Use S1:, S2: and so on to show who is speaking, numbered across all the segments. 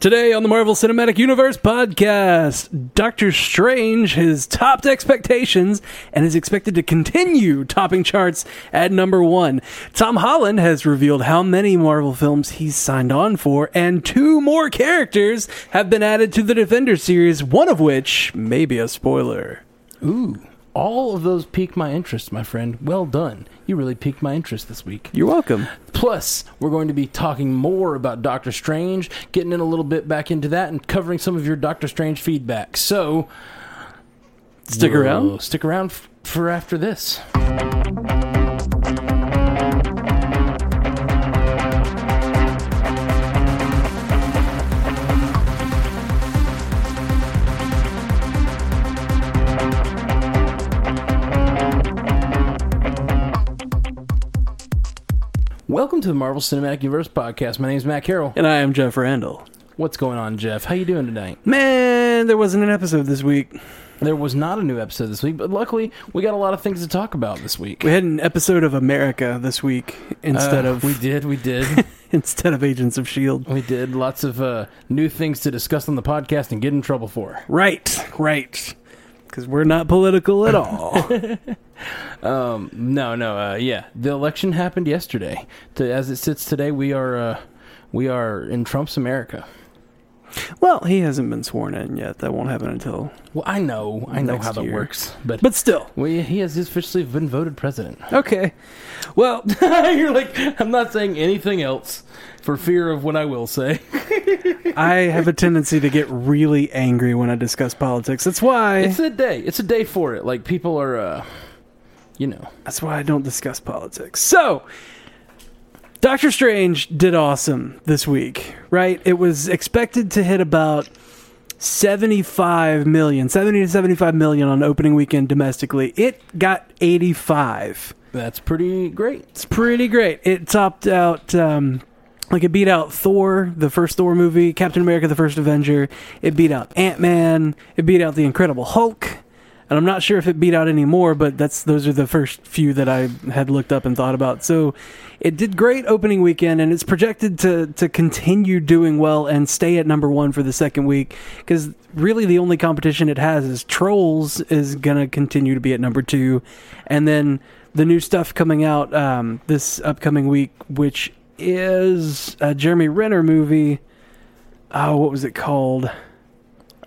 S1: Today on the Marvel Cinematic Universe podcast, Doctor Strange has topped expectations and is expected to continue topping charts at number one. Tom Holland has revealed how many Marvel films he's signed on for, and two more characters have been added to the Defender series, one of which may be a spoiler.
S2: Ooh, all of those piqued my interest, my friend. Well done. You really piqued my interest this week.
S1: You're welcome.
S2: Plus, we're going to be talking more about Doctor Strange, getting in a little bit back into that, and covering some of your Doctor Strange feedback. So,
S1: Stick
S2: we'll
S1: around.
S2: Stick around f- for after this. Welcome to the Marvel Cinematic Universe podcast. My name is Matt Carroll.
S1: And I am Jeff Randall.
S2: What's going on, Jeff? How you doing tonight?
S1: Man, there wasn't an episode this week.
S2: There was not a new episode this week, but luckily we got a lot of things to talk about this week.
S1: We had an episode of America this week instead
S2: Uh,
S1: of
S2: we did, we did,
S1: instead of Agents of Shield.
S2: we did. Lots of uh, new things to discuss on the podcast and get in trouble for.
S1: Right, right. Because we're not political at all.
S2: Um, no, no, uh, yeah, the election happened yesterday. To, as it sits today, we are uh, we are in Trump's America.
S1: well, he hasn't been sworn in yet. That won't happen until.
S2: Well, I know, I know
S1: Next
S2: how that
S1: year.
S2: works, but.
S1: But still,
S2: well, yeah, he has officially been voted president.
S1: okay. Well,
S2: You're like, I'm not saying anything else for fear of what I will say.
S1: I have a tendency to get really angry when I discuss politics. That's why.
S2: It's a day. It's a day for it. Like people are, uh, you know,
S1: That's why I don't discuss politics. So, Doctor Strange did awesome this week, right? It was expected to hit about 75 million, 70 to 75 million on opening weekend domestically. It got 85.
S2: that's pretty great.
S1: It's pretty great. It topped out, um, like it beat out Thor, the first Thor movie, Captain America, the first Avenger. It beat out Ant Man. It beat out the Incredible Hulk. And I'm not sure if it beat out any more, but that's those are the first few that I had looked up and thought about. So it did great opening weekend, and it's projected to to continue doing well and stay at number one for the second week. Because really, the only competition it has is Trolls is gonna continue to be at number two, and then the new stuff coming out um, this upcoming week, which is a Jeremy Renner movie. Oh, what was it called?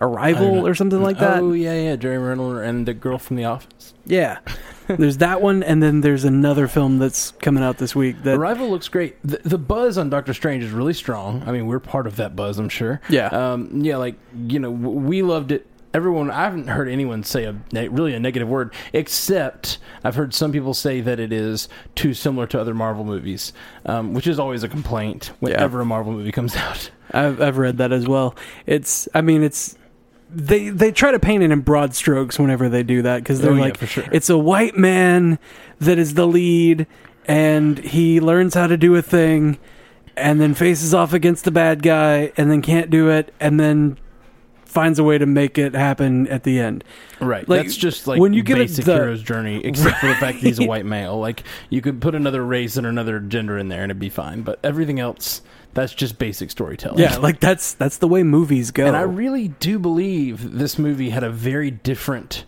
S1: Arrival or something like that.
S2: Oh yeah, yeah. Jerry Renner and the girl from The Office.
S1: Yeah. there's that one, and then there's another film that's coming out this week. That
S2: Arrival looks great. The, the buzz on Doctor Strange is really strong. I mean, we're part of that buzz, I'm sure.
S1: Yeah.
S2: Um, yeah, like you know, w- we loved it. Everyone, I haven't heard anyone say a ne- really a negative word, except I've heard some people say that it is too similar to other Marvel movies, um, which is always a complaint whenever a Marvel movie comes out.
S1: I've, I've read that as well. It's, I mean, it's they they try to paint it in broad strokes whenever they do that because they're
S2: Oh, yeah,
S1: like,
S2: for sure.
S1: it's a white man that is the lead, and he learns how to do a thing, and then faces off against the bad guy, and then can't do it, and then finds a way to make it happen at the end.
S2: Right.
S1: Like,
S2: That's just like
S1: when
S2: when
S1: you
S2: you
S1: get it
S2: basic
S1: the-
S2: hero's journey, except for the fact that he's a white male. Like you could put another race and another gender in there and it'd be fine. But everything else, that's just basic storytelling.
S1: Yeah, like that's that's the way movies go.
S2: and I really do believe this movie had a very different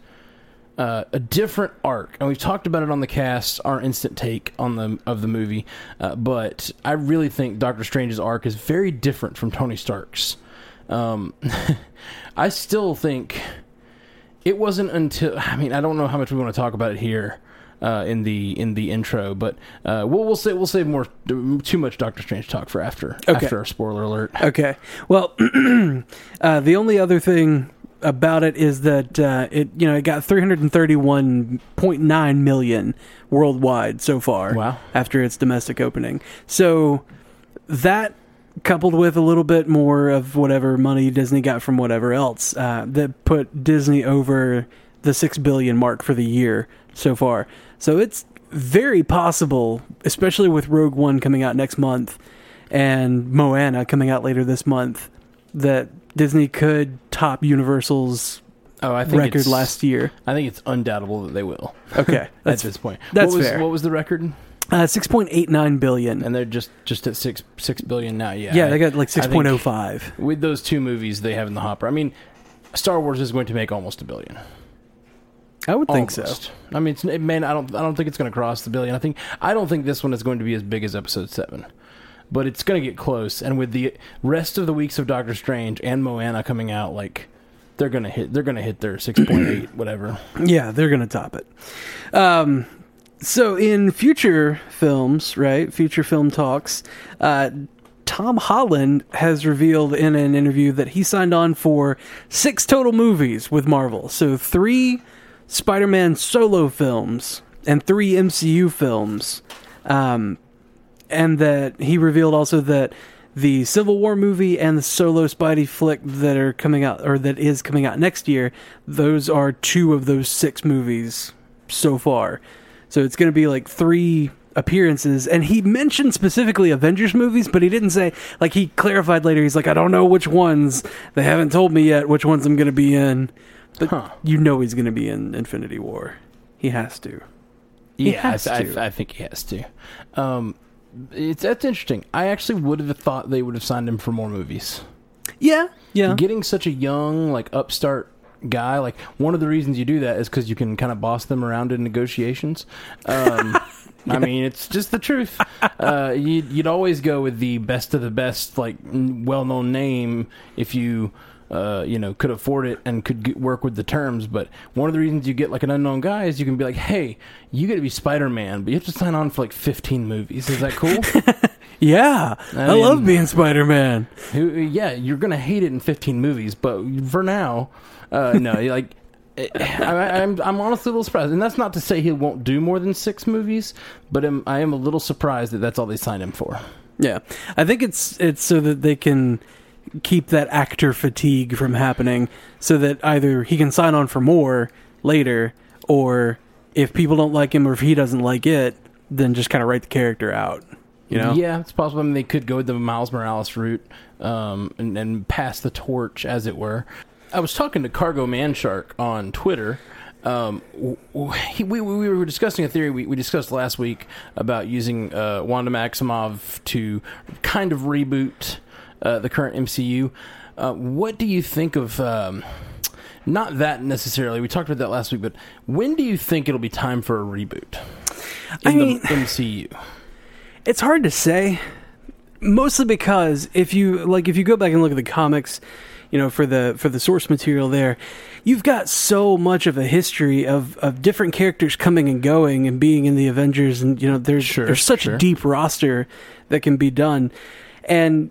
S2: uh, a different arc, and we've talked about it on the cast, our instant take on the of the movie. Uh, but I really think Doctor Strange's arc is very different from Tony Stark's. Um, I still think it wasn't until I mean I don't know how much we want to talk about it here. Uh, in the in the intro, but uh, we'll we'll say we'll save more too much Doctor Strange talk for after
S1: Okay.
S2: after our spoiler alert.
S1: Okay. Well, uh, the only other thing about it is that uh, it you know it got 331.9 million worldwide so far
S2: Wow.
S1: after its domestic opening. So that coupled with a little bit more of whatever money Disney got from whatever else uh, that put Disney over the 6 billion mark for the year so far. So it's very possible, especially with Rogue One coming out next month and Moana coming out later this month, that Disney could top Universal's
S2: Oh, I
S1: record
S2: it's-
S1: last year.
S2: I think it's undoubtable that they will
S1: Okay,
S2: at
S1: that's
S2: this point.
S1: that's
S2: what was,
S1: fair.
S2: What was the record?
S1: Uh, six point eight nine billion.
S2: and they're just just at six six billion now. Yeah,
S1: yeah,
S2: I-
S1: they got like
S2: I think
S1: six point oh five.
S2: With those two movies they have in the hopper, I mean, Star Wars is going to make almost a billion.
S1: I would think so.
S2: Almost. I mean, it's, it, man, I don't I don't think it's going to cross the billion. I think I don't think this one is going to be as big as Episode Seven, but it's going to get close. And with the rest of the weeks of Doctor Strange and Moana coming out, like they're going to hit they're going to hit their six point eight whatever.
S1: Yeah, they're gonna top it. Um, so in future films, right? Future film talks. Uh, Tom Holland has revealed in an interview that he signed on for six total movies with Marvel. So three Spider-Man solo films and three MCU films. Um, and that he revealed also that the Civil War movie and the solo Spidey flick that are coming out or that is coming out next year, those are two of those six movies so far. So it's going to be like three appearances and he mentioned specifically Avengers movies but he didn't say like he clarified later he's like I don't know which ones they haven't told me yet which ones I'm going to be in but
S2: Huh.
S1: you know he's going to be in Infinity War he has to He
S2: Yeah, I-
S1: has
S2: I,
S1: to.
S2: I, think he has to. Um, it's that's interesting. I actually would have thought they would have signed him for more movies.
S1: yeah yeah
S2: Getting such a young, like upstart guy, like one of the reasons you do that is because you can kind of boss them around in negotiations. Um, I mean, it's just the truth. Uh, you'd, you'd always go with the best of the best, like n- well-known name if you. Uh, you know, could afford it and could get, work with the terms, but one of the reasons you get like an unknown guy is you can be like, "Hey, you got to be Spider-Man, but you have to sign on for like 15 movies. Is that cool?"
S1: yeah
S2: I
S1: I
S2: mean-
S1: love being Spider-Man
S2: Who, yeah, you're gonna hate it in 15 movies, but for now, uh, no, you're like. eh, I, I- I'm I'm honestly a little surprised, and that's not to say he won't do more than six movies, but I'm, I am a little surprised that that's all they signed him for.
S1: Yeah, I think it's it's so that they can keep that actor fatigue from happening, so that either he can sign on for more later, or if people don't like him or if he doesn't like it, then just kind of write the character out. You know?
S2: yeah, it's possible. I mean, they could go with the Miles Morales route um, and, and pass the torch, as it were. I was talking to Cargo Man Shark on Twitter. Um, w- w- he, we, we were discussing a theory we, we discussed last week about using uh, Wanda Maximov to kind of reboot uh, the current MCU. Uh, what do you think of? Um, not that necessarily. We talked about that last week, but when do you think it'll be time for a reboot in
S1: I
S2: the
S1: mean-
S2: MCU?
S1: It's hard to say, mostly because if you like, if you go back and look at the comics, you know, for the for the source material there, you've got so much of a history of of different characters coming and going and being in the Avengers, and you know, there's
S2: Sure,
S1: there's such
S2: sure.
S1: a deep roster that can be done, and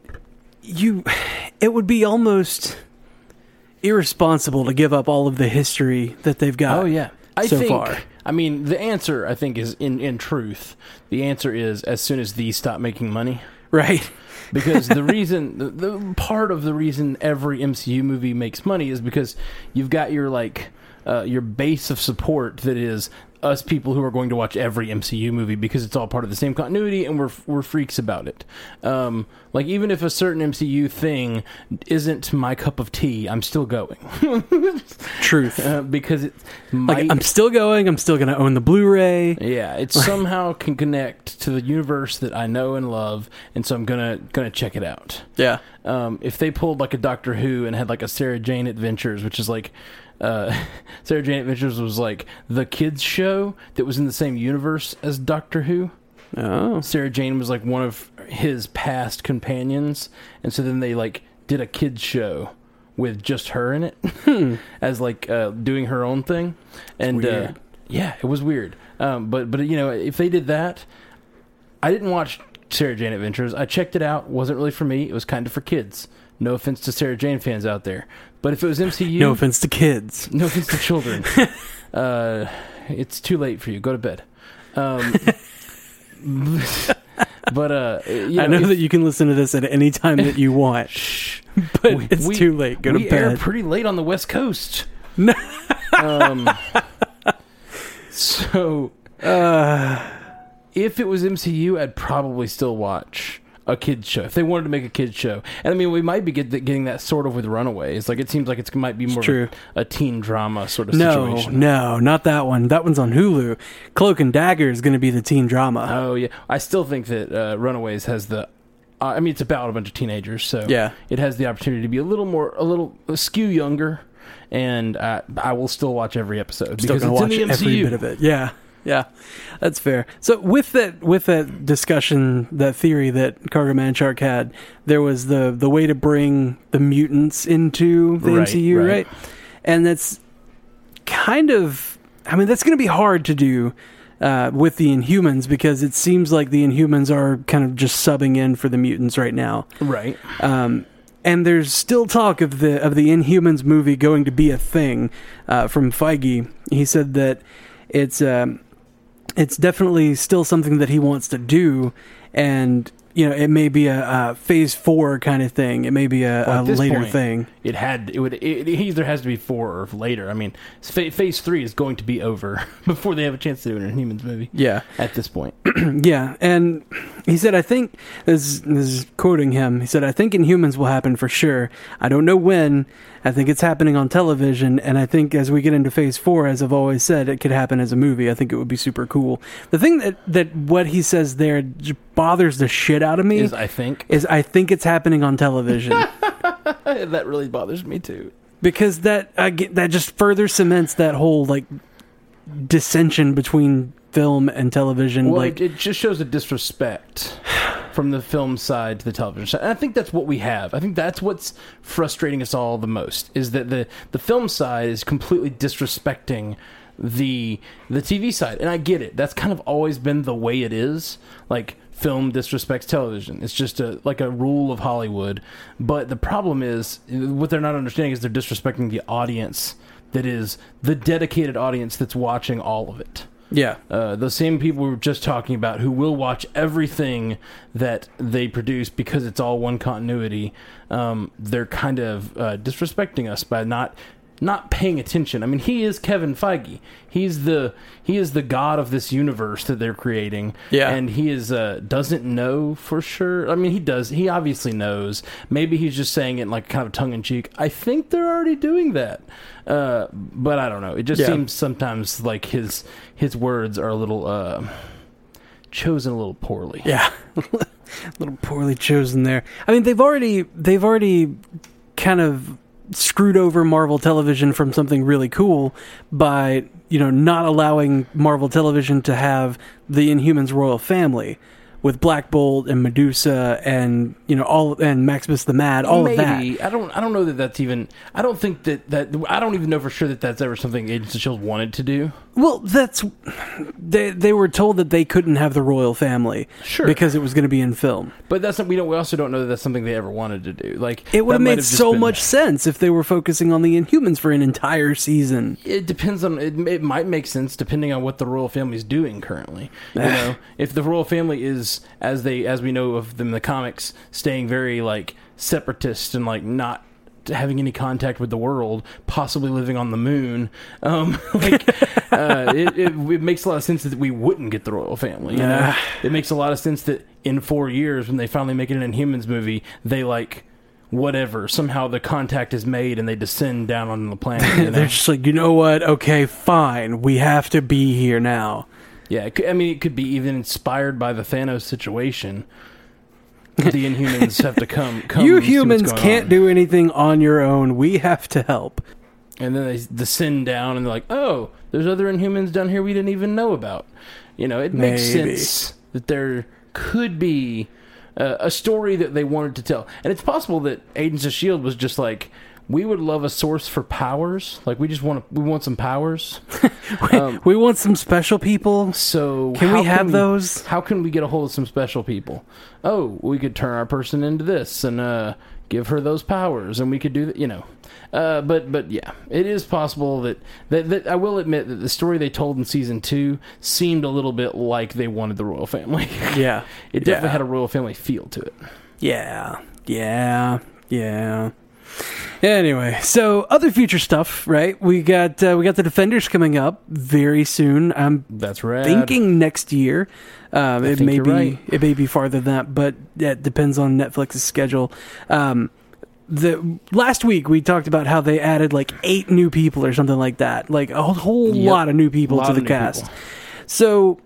S1: you, it would be almost irresponsible to give up all of the history that they've got.
S2: Oh yeah. I
S1: Uh, so
S2: think,
S1: far.
S2: I mean, the answer I think is in in truth, the answer is as soon as these stop making money.
S1: right.
S2: Because the reason, the, the part of the reason every MCU movie makes money is because you've got your like uh, your base of support that is us people who are going to watch every MCU movie because it's all part of the same continuity and we're we're freaks about it. Um, like even if a certain MCU thing isn't my cup of tea, I'm still going
S1: Truth.
S2: uh, because it
S1: like
S2: might
S1: I'm still going. I'm still going to own the Blu-ray.
S2: Yeah, it somehow can connect to the universe that I know and love, and so I'm gonna gonna check it out.
S1: Yeah.
S2: Um, if they pulled like a Doctor Who and had like a Sarah Jane Adventures, which is like uh, Sarah Jane Adventures was like the kids show that was in the same universe as Doctor Who.
S1: Oh.
S2: Sarah Jane was like one of his past companions, and so then they like did a kids show with just her in it
S1: Hmm.
S2: as like uh, doing her own thing, and uh,
S1: weird.
S2: yeah, it was weird. Um, but but you know if they did that, I didn't watch Sarah Jane Adventures. I checked it out. wasn't really for me. It was kind of for kids. No offense to Sarah Jane fans out there, but if it was MCU,
S1: No offense to kids.
S2: no offense to children. uh, it's too late for you. Go to bed. Um, but uh, you know,
S1: I know
S2: if-
S1: that you can listen to this at any time that you want,
S2: Shh.
S1: but
S2: We-
S1: it's
S2: we-
S1: too late. Go to
S2: we air
S1: bed.
S2: pretty late on the West Coast.
S1: No.
S2: um, so
S1: uh,
S2: uh, if it was MCU, I'd probably still watch a kids show if they wanted to make a kids show. And I mean, we might be get, getting that sort of with Runaways. Like it seems like it might be more of
S1: true.
S2: A, a teen drama sort of
S1: No,
S2: situation.
S1: no, not that one. That one's on Hulu. Cloak and Dagger is going to be the teen drama.
S2: Oh yeah, I still think that uh, Runaways has the. Uh, I mean, it's about a bunch of teenagers, so
S1: Yeah.
S2: it has the opportunity to be a little more, a little skew younger, and uh, I will still watch every episode
S1: Still
S2: because
S1: going to watch
S2: it's in the MCU.
S1: every bit of it. Yeah, yeah, that's fair. So with that, with that discussion, that theory that Cargo Man Shark had, there was the the way to bring the mutants into the
S2: Right,
S1: MCU,
S2: right.
S1: right? And that's kind of, I mean, that's going to be hard to do. Uh, with the Inhumans, because it seems like the Inhumans are kind of just subbing in for the mutants right now.
S2: Right.
S1: Um, and there's still talk of the of the Inhumans movie going to be a thing uh, from Feige. He said that it's um, it's definitely still something that he wants to do, and you know it may be a, uh phase four kind of thing. It may be a,
S2: Well, at
S1: a
S2: this
S1: later
S2: point-
S1: thing.
S2: It had it would it, it either has to be four or later. I mean, fa- phase three is going to be over before they have a chance to do an Inhumans movie.
S1: Yeah,
S2: At this point,
S1: yeah. And he said, I think this, this is quoting him. He said, I think Inhumans will happen for sure. I don't know when. I think it's happening on television, and I think as we get into Phase Four, as I've always said, it could happen as a movie. I think it would be super cool. The thing that that what he says there j- bothers the shit out of me.
S2: is
S1: Is-
S2: I think Uh,
S1: I think it's happening on television
S2: that really bothers me too.
S1: because that I get, that just further cements that whole like dissension between film and television.
S2: Well,
S1: like,
S2: it, it just shows a disrespect from the film side to the television side. And I think that's what we have. I think that's what's frustrating us all the most is that the the film side is completely disrespecting the the TV side. And I get it. That's kind of always been the way it is. Like film disrespects television. It's just a like a rule of Hollywood. But the problem is what they're not understanding is they're disrespecting the audience that is the dedicated audience that's watching all of it
S1: yeah,
S2: uh, the same people we were just talking about who will watch everything that they produce because it's all one continuity. Um, they're kind of uh, disrespecting us by not not paying attention. I mean, he is Kevin Feige. He's the he is the god of this universe that they're creating.
S1: Yeah.
S2: and he is uh, doesn't know for sure. I mean, he does. He obviously knows. Maybe he's just saying it in like kind of tongue in cheek. I think they're already doing that, uh, but I don't know. It just
S1: Yeah.
S2: seems sometimes like his his words are a little uh, chosen a little poorly.
S1: Yeah, a little poorly chosen there. I mean, they've already they've already kind of screwed over Marvel Television from something really cool by you know not allowing Marvel Television to have the Inhumans royal family with Black Bolt and Medusa and you know all and Maximus the Mad, all of that.
S2: Maybe I don't. I don't know that that's even. I don't think that that. I don't even know for sure that that's ever something Agents of Shield E wanted to do.
S1: Well, that's they they were told that they couldn't have the royal family
S2: Sure.
S1: because it was going to be in film.
S2: But that's not, we don't. We also don't know that that's something they ever wanted to do. Like
S1: It would
S2: that
S1: have
S2: might
S1: made
S2: just
S1: so
S2: been-
S1: much sense if they were focusing on the Inhumans for an entire season.
S2: It depends on. It, it might make sense depending on what the royal family's doing currently. You know, if the royal family is as they as we know of them in the comics, staying very like separatist and like not having any contact with the world, possibly living on the moon. Um, like uh, it, it, it makes a lot of sense that we wouldn't get the royal family. You know,
S1: Yeah.
S2: it makes a lot of sense that in four years when they finally make it an Inhumans movie, they like. Whatever. Somehow the contact is made, and they descend down on the planet. You know?
S1: They're just like, you know what? Okay, fine. We have to be here now.
S2: Yeah, it could, I mean, it could be even inspired by the Thanos situation. The Inhumans have to come. come
S1: you
S2: and see what's
S1: humans
S2: going
S1: can't
S2: on.
S1: do anything on your own. We have to help.
S2: And then they descend down, and they're like, "Oh, there's other Inhumans down here we didn't even know about." You know, it makes
S1: Maybe.
S2: sense that there could be uh, a story that they wanted to tell, and it's possible that Agents of Shield E was just like, "We would love a source for powers. Like, we just want to, we want some powers." Um,
S1: We want some special people.
S2: So
S1: Can
S2: how
S1: we have
S2: we-
S1: those?
S2: How can we get a hold of some special people? Oh, we could turn our person into this and uh, give her those powers, and we could do that. You know, uh, but but yeah, it is possible that, that that I will admit that the story they told in season two seemed a little bit like they wanted the royal family.
S1: Yeah.
S2: it definitely
S1: Yeah.
S2: had a royal family feel to it.
S1: Yeah. Yeah. Yeah. Anyway, so other future stuff, right? We got uh, we got the Defenders coming up very soon. I'm
S2: That's right.
S1: thinking next year. Um, it
S2: think
S1: may
S2: you're
S1: be
S2: right.
S1: it may be farther than that, but that depends on Netflix's schedule. Um, the last week we talked about how they added like eight new people or something like that, like a whole
S2: Yep.
S1: lot of new people
S2: Lot
S1: to
S2: of
S1: the
S2: new
S1: cast.
S2: people.
S1: So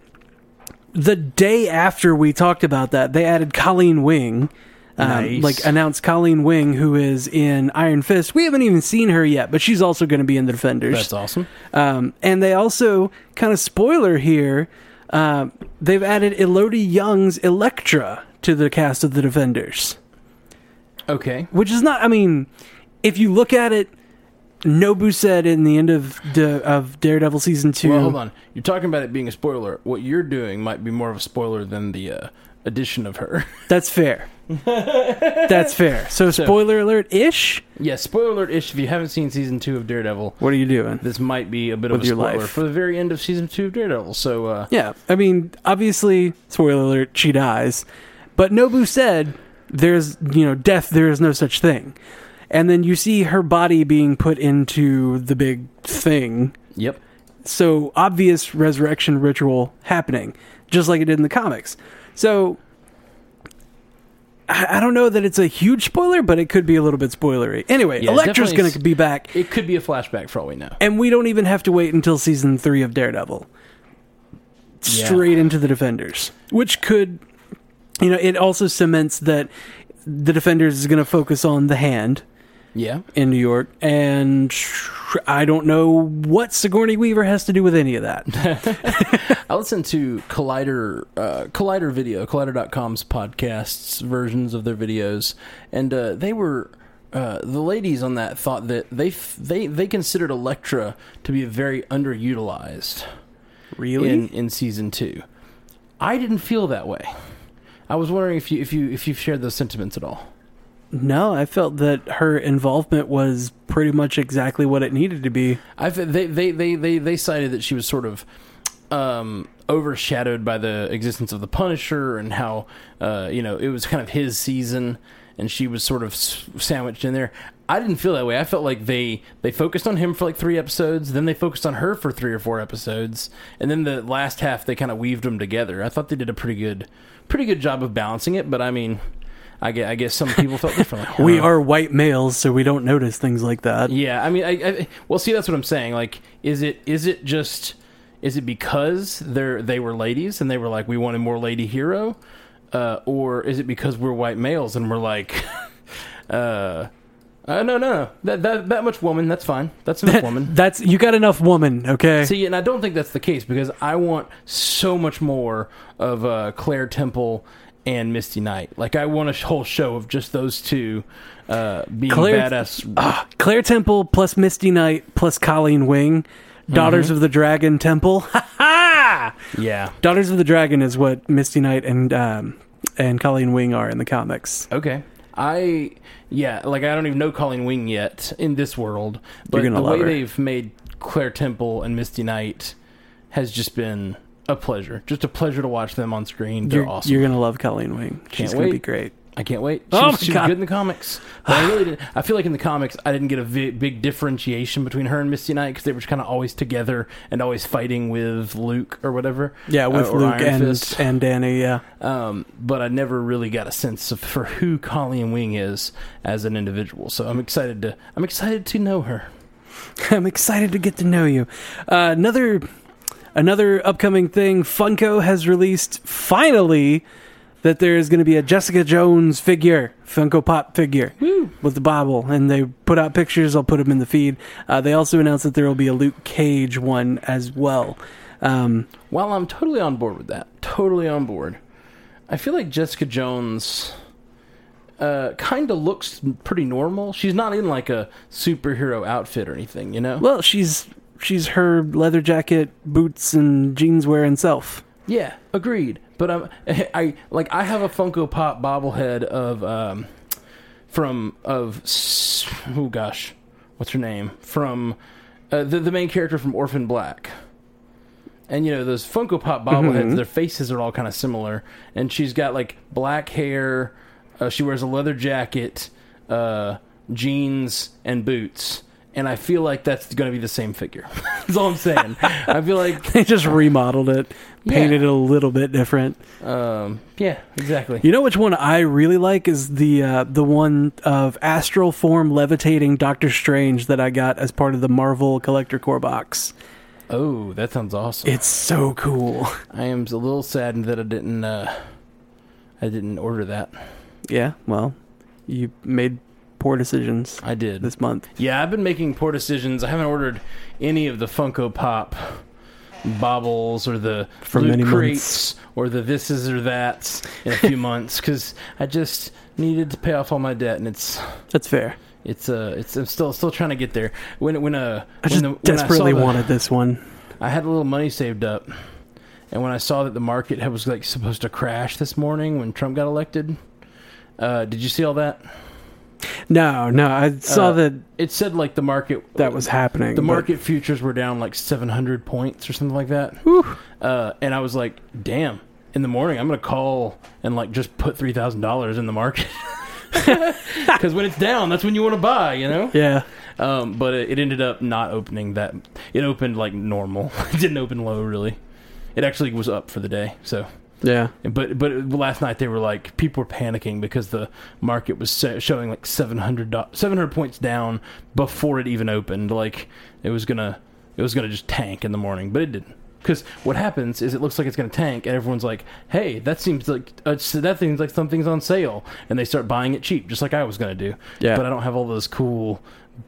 S1: the day after we talked about that, they added Colleen Wing. Um,
S2: Nice.
S1: Like announced Colleen Wing, who is in Iron Fist. We haven't even seen her yet, but she's also going to be in the Defenders.
S2: That's awesome.
S1: Um, and they also kind of spoiler here. Uh, they've added Elodie Young's Electra to the cast of the Defenders,
S2: Okay.
S1: which is not. I mean, if you look at it, Nobu said in the end of the, of Daredevil season two.
S2: Well, hold on. You're talking about it being a spoiler. What you're doing might be more of a spoiler than the uh, addition of her.
S1: That's fair. That's fair. So, spoiler alert ish.
S2: yeah, spoiler alert ish. If you haven't seen season two of Daredevil,
S1: What are you doing?
S2: this might be a bit
S1: With
S2: of a
S1: your
S2: spoiler
S1: life.
S2: for the very end of season two of Daredevil. So, uh,
S1: Yeah, I mean, obviously, spoiler alert, she dies. But Nobu said, "There's, you know, death. There is no such thing." And then you see her body being put into the big thing.
S2: yep.
S1: So obvious resurrection ritual happening, just like it did in the comics. So I I don't know that it's a huge spoiler, but it could be a little bit spoilery. Anyway,
S2: Yeah,
S1: Electra's
S2: definitely
S1: going
S2: s-
S1: to be back.
S2: It could be a flashback for all we know.
S1: And we don't even have to wait until season three of Daredevil.
S2: Yeah.
S1: Straight into the Defenders, which could, you know, it also cements that the Defenders is going to focus on the hand
S2: Yeah.
S1: in New York. And I don't know what Sigourney Weaver has to do with any of that.
S2: I listened to Collider uh, Collider video, Collider.com's podcasts versions of their videos, and uh, they were uh, the ladies on that thought that they f- they they considered Elektra to be very underutilized
S1: really?
S2: in in season two. I didn't feel that way. I was wondering if you if you if you've shared those sentiments at all.
S1: no, I felt that her involvement was pretty much exactly what it needed to be.
S2: I fe- they they they they they cited that she was sort of um, overshadowed by the existence of the Punisher and how uh, you know it was kind of his season and she was sort of s- sandwiched in there. I didn't feel that way. I felt like they they focused on him for like three episodes, then they focused on her for three or four episodes, and then the last half they kind of weaved them together. I thought they did a pretty good pretty good job of balancing it, but I mean. I guess, I guess some people felt differently.
S1: We
S2: Uh,
S1: are white males, so we don't notice things like that.
S2: yeah, I mean, I, I well, see, that's what I'm saying. Like, is it is it just is it because they're they were ladies and they were like we wanted more lady hero, uh, or is it because we're white males and we're like, uh, uh no, no, no, that that that much woman, that's fine, that's enough woman.
S1: That's you got enough woman, okay?
S2: See, and I don't think that's the case because I want so much more of uh, Claire Temple and Misty Knight. Like, I want a whole show of just those two uh, being
S1: Claire-
S2: badass
S1: Ah, Claire Temple plus Misty Knight plus Colleen Wing, Daughters
S2: Mm-hmm.
S1: of the Dragon Temple. Ha ha!
S2: Yeah.
S1: Daughters of the Dragon is what Misty Knight and um, and Colleen Wing are in the comics.
S2: Okay. I yeah, like I don't even know Colleen Wing yet in this world, but
S1: You're gonna
S2: the
S1: love
S2: way
S1: her.
S2: they've made Claire Temple and Misty Knight has just been a pleasure. Just a pleasure to watch them on screen. They're
S1: you're,
S2: awesome.
S1: You're gonna love Colleen Wing. She's gonna
S2: wait.
S1: be great.
S2: I can't wait. She,
S1: Oh
S2: was,
S1: my
S2: she was
S1: God.
S2: good in the comics. But I really did. I feel like in the comics I didn't get a vi- big differentiation between her and Misty Knight because they were just kind of always together and always fighting with Luke or whatever.
S1: Yeah, with
S2: uh, or
S1: Luke
S2: Iron
S1: and
S2: Fist.
S1: and Danny. Yeah,
S2: um, but I never really got a sense of for who Colleen Wing is as an individual. So I'm excited to I'm excited to know her.
S1: I'm excited to get to know you. Uh, another another upcoming thing. Funko has released finally that there is going to be a Jessica Jones figure, Funko Pop figure, with the bobble, and they put out pictures. I'll put them in the feed. Uh, they also announced that there will be a Luke Cage one as well. Um,
S2: While I'm totally on board with that, totally on board. I feel like Jessica Jones uh, kind of looks pretty normal. She's not in like a superhero outfit or anything, you know.
S1: well, she's she's her leather jacket, boots, and jeans wearing self.
S2: Yeah, agreed. But I'm, I like I have a Funko Pop bobblehead of um from of s- oh gosh, what's her name from uh, the the main character from Orphan Black. And you know those Funko Pop bobbleheads, their faces are all kind of similar. And she's got like black hair. Uh, she wears a leather jacket. Uh, jeans, and boots. And I feel like that's going to be the same figure. that's all I'm saying. I feel like,
S1: They just remodeled it, painted
S2: Yeah.
S1: it a little bit different.
S2: um, yeah, exactly.
S1: You know which one I really like is the uh, the one of astral form levitating Doctor Strange that I got as part of the Marvel Collector Core box.
S2: Oh, that sounds awesome.
S1: It's so cool.
S2: I am a little saddened that I didn't. Uh, I didn't order that.
S1: Yeah, well, you made poor decisions
S2: I did.
S1: this month.
S2: Yeah, I've been making poor decisions. I haven't ordered any of the Funko Pop bobbles or the
S1: For
S2: loot
S1: many months.
S2: crates or the this is or that's in a few months because I just needed to pay off all my debt and it's
S1: That's fair.
S2: it's uh it's I'm still still trying to get there. When when uh
S1: I
S2: when
S1: just
S2: the- when saw
S1: desperately
S2: the-
S1: wanted this one.
S2: I had a little money saved up, and when I saw that the market had- was like supposed to crash this morning when Trump got elected, uh, did you see all that?
S1: No, no, I saw
S2: Uh,
S1: that
S2: It said like the market
S1: that was happening.
S2: the
S1: but-
S2: market futures were down like 700 points or something like that. Uh, and I was like, damn. In the morning, I'm gonna call and like just put three thousand dollars in the market because when it's down, that's when you want to buy, you know.
S1: Yeah.
S2: Um, but it, it ended up not opening that. It opened like normal. it didn't open low really. It actually was up for the day. So,
S1: Yeah.
S2: but but last night they were like people were panicking because the market was se- showing like 700, do- 700 points down before it even opened. Like it was gonna it was gonna just tank in the morning, but it didn't. Because what happens is it looks like it's going to tank, and everyone's like, "Hey, that seems like uh, so that seems like something's on sale," and they start buying it cheap, just like I was going to do.
S1: Yeah.
S2: But I don't have all those cool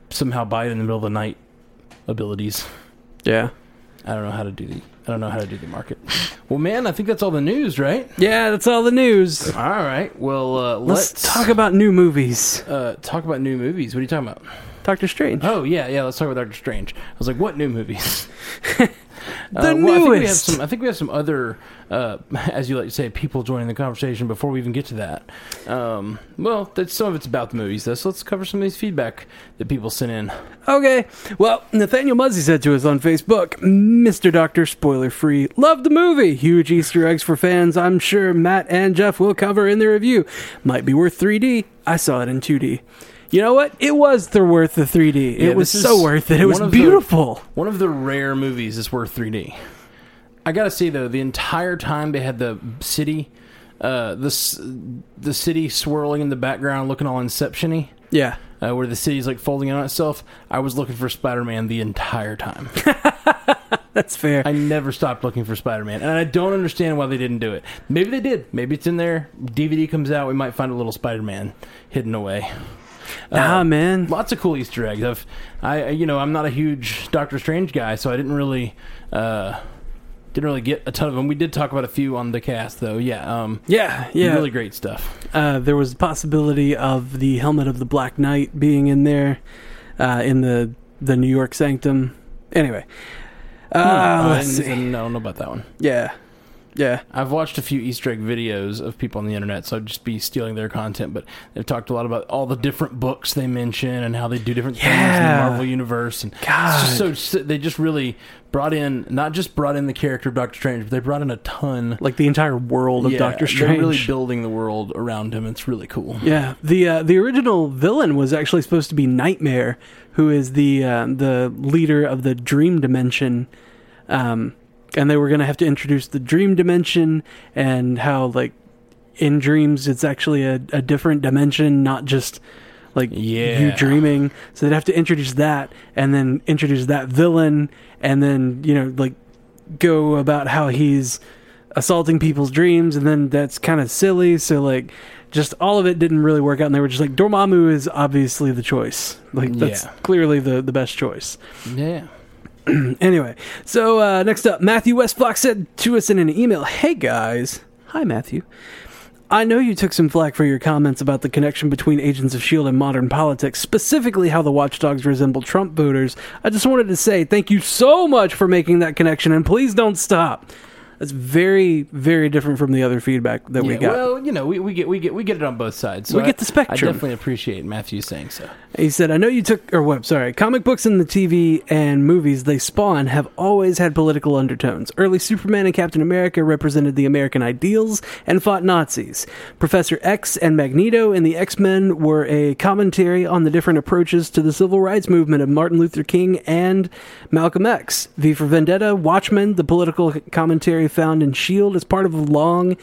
S2: somehow buy it in the middle of the night abilities.
S1: Yeah.
S2: I don't know how to do the I don't know how to do the market. Well, man, I think that's all the news, right?
S1: Yeah, that's all the news.
S2: All right. Well, uh,
S1: Let's,
S2: let's,
S1: talk about new movies.
S2: uh, talk about new movies. What are you talking about?
S1: Doctor Strange.
S2: Oh yeah, yeah. Let's talk about Doctor Strange. I was like, what new movies? Uh,
S1: The
S2: I think we have
S1: newest.
S2: some. I think we have some other, uh, as you like to say, people joining the conversation before we even get to that. Um, well, that's some of it's about the movies though. So let's cover some of these feedback that people sent in.
S1: Okay. Well, Nathaniel Muzzy said to us on Facebook, Mr. Doctor, spoiler free, love the movie. Huge Easter eggs for fans. I'm sure Matt and Jeff will cover in the review. Might be worth 3D. I saw it in 2D. You know what? It was the worth the 3D.
S2: Yeah,
S1: it was
S2: this
S1: so
S2: is
S1: worth it. It was
S2: one of the-
S1: beautiful.
S2: One of the rare movies that's worth 3D. I gotta say though, the entire time they had the city, uh, the s- the city swirling in the background, looking all Inception-y.
S1: Yeah.
S2: uh, where the city's like folding in on itself. I was looking for Spider Man the entire time.
S1: That's fair.
S2: I never stopped looking for Spider Man, and I don't understand why they didn't do it. Maybe they did. Maybe it's in there. DVD comes out, we might find a little Spider Man hidden away. uh, Um,
S1: nah, man.
S2: Lots of cool Easter eggs. I've, I, you know, I'm not a huge Doctor Strange guy, so I didn't really, uh, didn't really get a ton of them. We did talk about a few on the cast, though. Yeah, um,
S1: Yeah, yeah.
S2: really great stuff.
S1: uh, there was a possibility of the helmet of the Black Knight being in there uh, in the the New York Sanctum. Anyway, uh,
S2: Hmm. I
S1: let's
S2: didn't-
S1: see.
S2: I don't know about that one.
S1: Yeah, yeah,
S2: I've watched a few Easter egg videos of people on the internet, so I'd just be stealing their content. But they've talked a lot about all the different books they mention and how they do different things in the
S1: Yeah.
S2: Marvel universe. And it's just so so they just really brought in not just brought in the character of Doctor Strange, but they brought in a ton
S1: like the entire world of
S2: Yeah,
S1: Doctor
S2: They're
S1: Strange.
S2: really building the world around him. It's really cool.
S1: yeah, the uh, the original villain was actually supposed to be Nightmare, who is the uh, the leader of the Dream Dimension, um, and they were going to have to introduce the Dream Dimension and how like in dreams it's actually a, a different dimension, not just like you
S2: Yeah.
S1: dreaming. So they'd have to introduce that and then introduce that villain and then, you know, like go about how he's assaulting people's dreams and then that's kind of silly. So like just all of it didn't really work out and they were just like Dormammu is obviously the choice. Like that's
S2: Yeah.
S1: clearly the the best choice.
S2: Yeah.
S1: Anyway, so uh, next up, Matthew Westblock said to us in an email, "Hey guys, hi Matthew. I know you took some flack for your comments about the connection between Agents of Shield E and modern politics, specifically how the Watchdogs resemble Trump voters. I just wanted to say thank you so much for making that connection, and please don't stop. That's very, very different from the other feedback that we
S2: Yeah,
S1: got.
S2: Well, you know, we, we get we get we get it on both sides. So
S1: We get
S2: I-
S1: the spectrum.
S2: I definitely appreciate Matthew saying so.
S1: He said, I know you took, or what, sorry, comic books and the TV and movies they spawn have always had political undertones. Early Superman and Captain America represented the American ideals and fought Nazis. Professor X and Magneto in the X Men were a commentary on the different approaches to the civil rights movement of Martin Luther King and Malcolm X. V for Vendetta, Watchmen, the political commentary found in S.H.I.E.L.D. is part of a long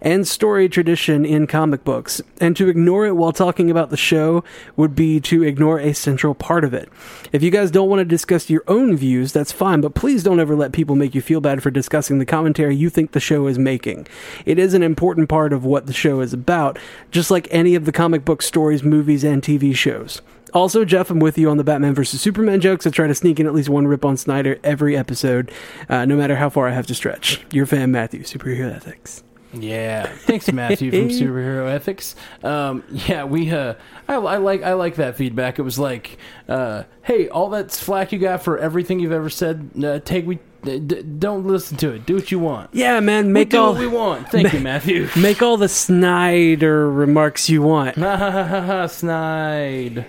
S1: and story tradition in comic books, and to ignore it while talking about the show would be to ignore a central part of it. If you guys don't want to discuss your own views, that's fine, but please don't ever let people make you feel bad for discussing the commentary you think the show is making. It is an important part of what the show is about, just like any of the comic book stories, movies, and TV shows. Also, Jeff, I'm with you on the Batman vs. Superman jokes. I try to sneak in at least one rip on Snyder every episode, uh, no matter how far I have to stretch. Your fan, Matthew, Superhero Ethics.
S2: Yeah, thanks, Matthew from Superhero Ethics. Um, yeah, we uh, I, I like I like that feedback. It was like, uh, hey, all that flack you got for everything you've ever said, uh, take we d- d- don't listen to it. Do what you want.
S1: Yeah, man,
S2: We
S1: make
S2: do
S1: all
S2: what we want. Thank you, Matthew.
S1: make all the Snyder remarks you want.
S2: Snide.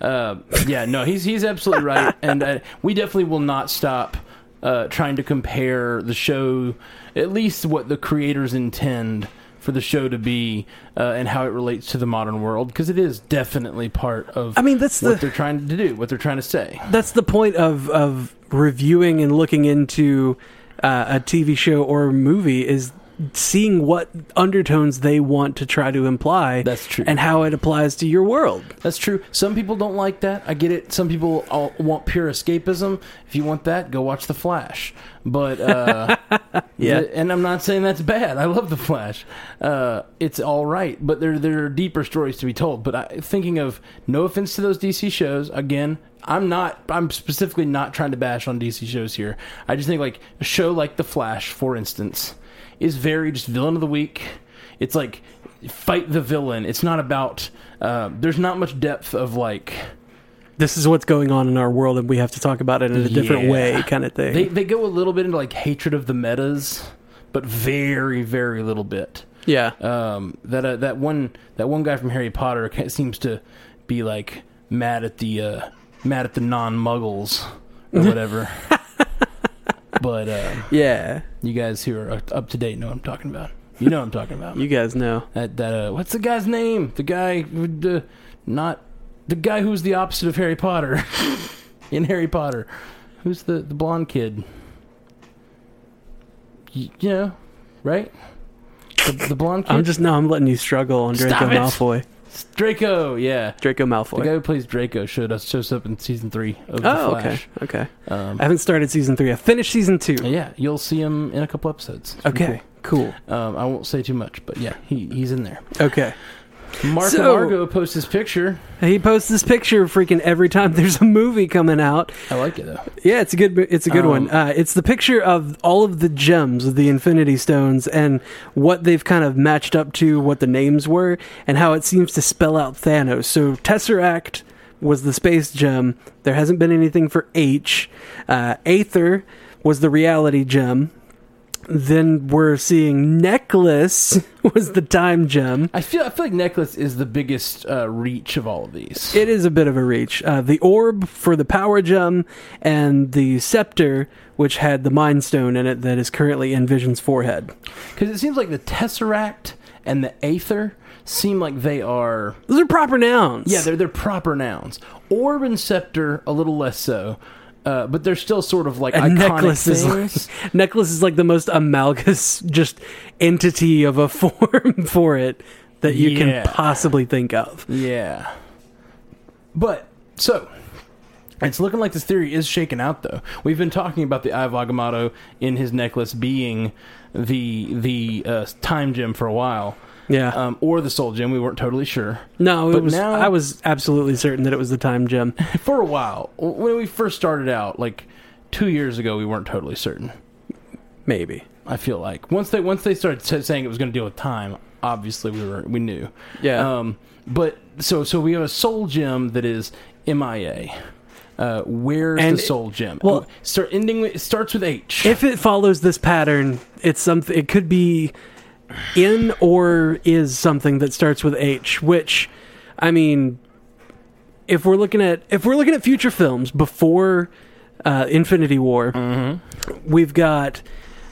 S2: Uh, yeah, no, he's he's absolutely right, and uh, we definitely will not stop uh, trying to compare the show, at least what the creators intend for the show to be, uh, and how it relates to the modern world, because it is definitely part of.
S1: I mean, that's
S2: what
S1: the-
S2: they're trying to do, what they're trying to say.
S1: That's the point of of reviewing and looking into uh, a TV show or movie is seeing what undertones they want to try to imply.
S2: That's true.
S1: and how it applies to your world.
S2: That's true. Some people don't like that. I get it. Some people all want pure escapism. If you want that, go watch The Flash. But uh,
S1: Yeah.
S2: th- and I'm not saying that's bad. I love The Flash. Uh, it's all right, but there there are deeper stories to be told. But I, thinking of no offense to those DC shows again. I'm not. I'm specifically not trying to bash on DC shows here. I just think like a show like The Flash, for instance, is very just villain of the week. It's like fight the villain. It's not about. Uh, there's not much depth of like
S1: This is what's going on in our world, and we have to talk about it in a different
S2: Yeah.
S1: way, kind of thing.
S2: they they go a little bit into like hatred of the metas, but very very little bit.
S1: yeah,
S2: Um, that uh, that one that one guy from Harry Potter ca- seems to be like mad at the uh, mad at the non Muggles or whatever. but uh,
S1: yeah.
S2: you guys who are up to date know what I'm talking about. You know what I'm talking about.
S1: You guys know.
S2: That that uh, what's the guy's name? The guy with the not the guy who's the opposite of Harry Potter in Harry Potter. Who's the the blonde kid? Y- You know, right? The, the blonde kid.
S1: I'm just no. I'm letting you struggle on Draco
S2: Stop it.
S1: Malfoy.
S2: Draco. Yeah,
S1: Draco
S2: the
S1: Malfoy.
S2: guy who plays Draco showed us shows up in season three of the
S1: oh, okay,
S2: Flash.
S1: okay.
S2: Um,
S1: I haven't started season three. I finished season two.
S2: yeah, you'll see him in a couple episodes. It's pretty
S1: Okay, cool.
S2: cool. Um, I won't say too much, but yeah, he, he's in there.
S1: Okay.
S2: Mark
S1: So-
S2: Largo posts his picture.
S1: He posts this picture freaking every time there's a movie coming out.
S2: I like it though.
S1: Yeah, it's a good. It's a good
S2: Um,
S1: one. Uh, it's the picture of all of the gems of the Infinity Stones and what they've kind of matched up to, what the names were, and how it seems to spell out Thanos. So Tesseract was the space gem. There hasn't been anything for H. Uh, Aether was the reality gem. Then we're seeing necklace was the time gem.
S2: I feel I feel like necklace is the biggest uh, reach of all of these.
S1: It is a bit of a reach. Uh, the orb for the power gem and the scepter, which had the mind stone in it that is currently in Vision's forehead.
S2: Because it seems like the tesseract and the aether seem like they are
S1: Those are proper nouns.
S2: yeah they're they're proper nouns. Orb and scepter a little less so, uh, but they're still sort of like
S1: And
S2: iconic
S1: necklace is
S2: things.
S1: like, necklace is like the most amalgous just entity of a form for it that you
S2: Yeah.
S1: can possibly think of.
S2: yeah, but so. It's looking like this theory is shaken out, though. We've been talking about the Eye of Agamotto in his necklace being the the uh, time gem for a while,
S1: Yeah.
S2: um, or the soul gem. We weren't totally sure.
S1: no, it
S2: but
S1: was.
S2: now-
S1: I was absolutely certain that it was the time gem.
S2: for a while when we first started out like two years ago we weren't totally certain
S1: Maybe.
S2: i feel like once they once they started sa- saying it was going to deal with time obviously we were we knew
S1: Yeah.
S2: um but so so we have a soul gem that is mia Uh, where's
S1: And-
S2: the soul gem?
S1: well-
S2: Oh, start ending. With, it starts with H.
S1: If it follows this pattern, it's something. It could be in or is something that starts with H. Which, I mean, if we're looking at if we're looking at future films before uh, Infinity War, we've got.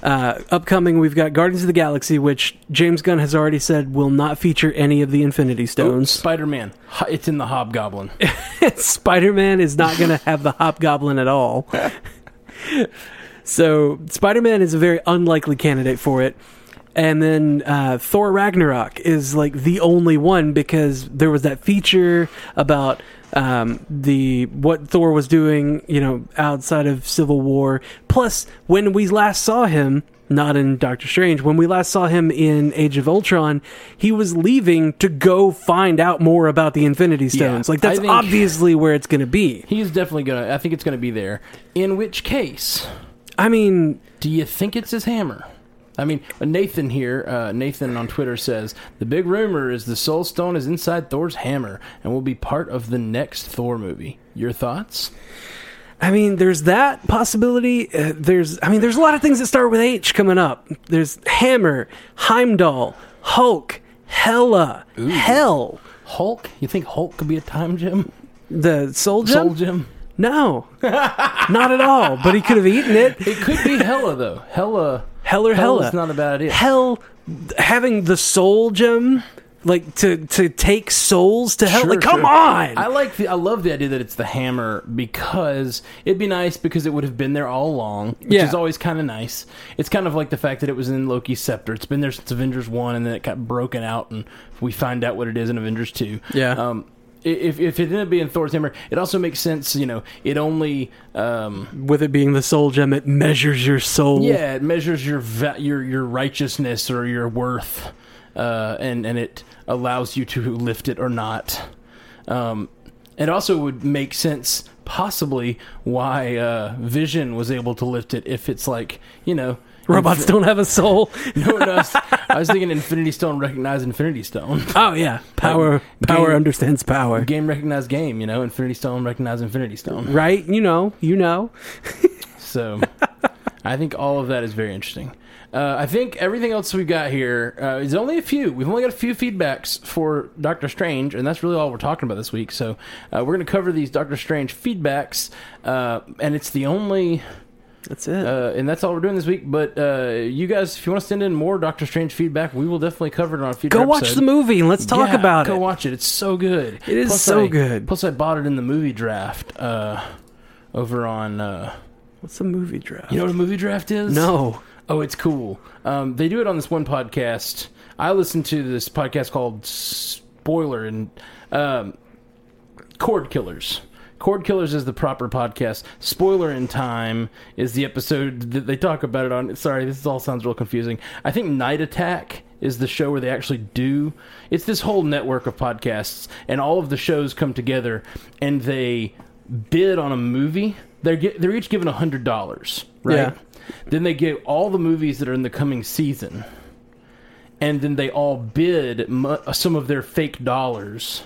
S1: Uh, upcoming, we've got Guardians of the Galaxy, which James Gunn has already said will not feature any of the Infinity Stones.
S2: Spider Man. It's in the Hobgoblin.
S1: Spider Man is not going to have the hobgoblin at all. so, Spider Man is a very unlikely candidate for it. And then uh, Thor Ragnarok is like the only one because there was that feature about um, the what Thor was doing, you know, outside of Civil War. Plus, when we last saw him, not in Doctor Strange, when we last saw him in Age of Ultron, he was leaving to go find out more about the Infinity Stones. like
S2: I
S1: that's
S2: think-
S1: obviously where it's going to be.
S2: He's definitely gonna. I think it's gonna be there. In which case,
S1: I mean,
S2: Do you think it's his hammer? I mean, Nathan here, uh, Nathan on Twitter says the big rumor is the Soul Stone is inside Thor's hammer and will be part of the next Thor movie. Your thoughts?
S1: I mean, there's that possibility. Uh, there's, I mean, there's a lot of things that start with H coming up. There's Hammer, Heimdall, Hulk, Hella, Hell,
S2: Hulk? You think Hulk could be a time gem?
S1: the Soul Gem.
S2: Soul gem?
S1: No, not at all. But he could have eaten it.
S2: It could be Hella though. Hella.
S1: Hell or Hella.
S2: Hella's not a bad idea.
S1: Hell, having the Soul Gem, like to to take souls to Hell.
S2: Sure,
S1: like, come
S2: sure.
S1: on.
S2: I like the I love the idea that it's the hammer because it'd be nice because it would have been there all along, which
S1: Yeah.
S2: is always kind of nice. It's kind of like the fact that it was in Loki's scepter. It's been there since Avengers one, and then it got broken out, and we find out what it is in Avengers two.
S1: Yeah.
S2: Um, i- if if it ended up being Thor's hammer, it also makes sense. You know, it only um,
S1: With it being the Soul Gem, it measures your soul.
S2: yeah it measures your va- your your righteousness or your worth, uh, and and it allows you to lift it or not. Um, it also would make sense, possibly, why uh, Vision was able to lift it if it's like, you know.
S1: Robots don't have a soul.
S2: No, no, I was- I was thinking Infinity Stone recognize Infinity Stone.
S1: Oh yeah, power.
S2: Like,
S1: power
S2: game-
S1: understands power.
S2: Game recognize game, you know. Infinity Stone recognize Infinity Stone.
S1: right? You know, you know.
S2: So I think all of that is very interesting. Uh, I think everything else we've got here uh, is only a few. We've only got a few feedbacks for Doctor Strange, and that's really all we're talking about this week. So uh, we're going to cover these Doctor Strange feedbacks, uh, and it's the only.
S1: That's it.
S2: Uh, and that's all we're doing this week. But uh, you guys, if you want to send in more Doctor Strange feedback, we will definitely cover it on a future.
S1: go watch the
S2: episode.
S1: movie and let's talk
S2: Yeah,
S1: about
S2: go
S1: it.
S2: watch it. It's so good.
S1: It is so
S2: I-
S1: good.
S2: Plus, I bought it in the movie draft uh, over on. Uh,
S1: What's a movie draft?
S2: you know what a movie draft is?
S1: no.
S2: Oh, it's cool. Um, they do it on this one podcast. I listen to this podcast called Spoiler and um, Chord Killers. Chord Killers is the proper podcast. Spoiler in Time is the episode that they talk about it on. Sorry, this all sounds real confusing. I think Night Attack is the show where they actually do. It's this whole network of podcasts, and all of the shows come together and they bid on a movie. They're get, they're each given hundred dollars, right?
S1: Yeah.
S2: Then they give all the movies that are in the coming season, and then they all bid mu- some of their fake dollars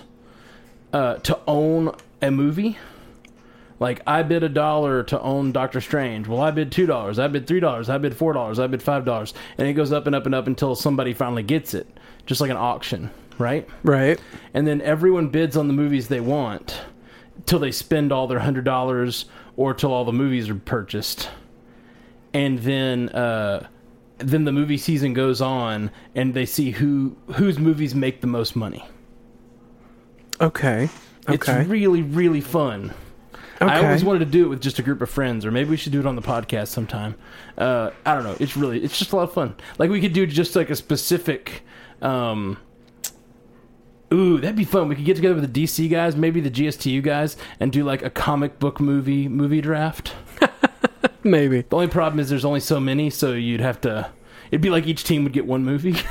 S2: uh, to own a movie. Like I bid a dollar to own Doctor Strange. Well, I bid two dollars. I bid three dollars. I bid four dollars. I bid five dollars, and it goes up and up and up until somebody finally gets it, just like an auction, right?
S1: Right.
S2: and then everyone bids on the movies they want till they spend all their hundred dollars or till all the movies are purchased and then uh then the movie season goes on and they see who whose movies make the most money
S1: Okay. Okay.
S2: it's really really fun I
S1: Okay.
S2: always wanted to do it with just a group of friends, or maybe we should do it on the podcast sometime. Uh, I don't know. It's really, it's just a lot of fun. Like we could do just like a specific. Um, ooh, that'd be fun. We could get together with the DC guys, maybe the GSTU guys, and do like a comic book movie movie draft.
S1: Maybe.
S2: The only problem is there's only so many, so you'd have to. It'd be like each team would get one movie.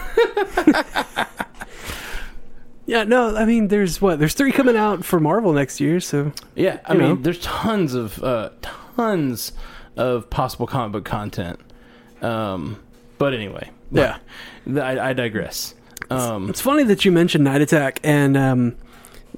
S1: Yeah. No. I mean, there's what? There's three coming out for Marvel next year. So
S2: Yeah, I
S1: You
S2: mean,
S1: know?
S2: there's tons of uh, tons of possible comic book content. Um, but anyway,
S1: Yeah.
S2: th- I, I digress. Um,
S1: it's funny that you mentioned Night Attack and um,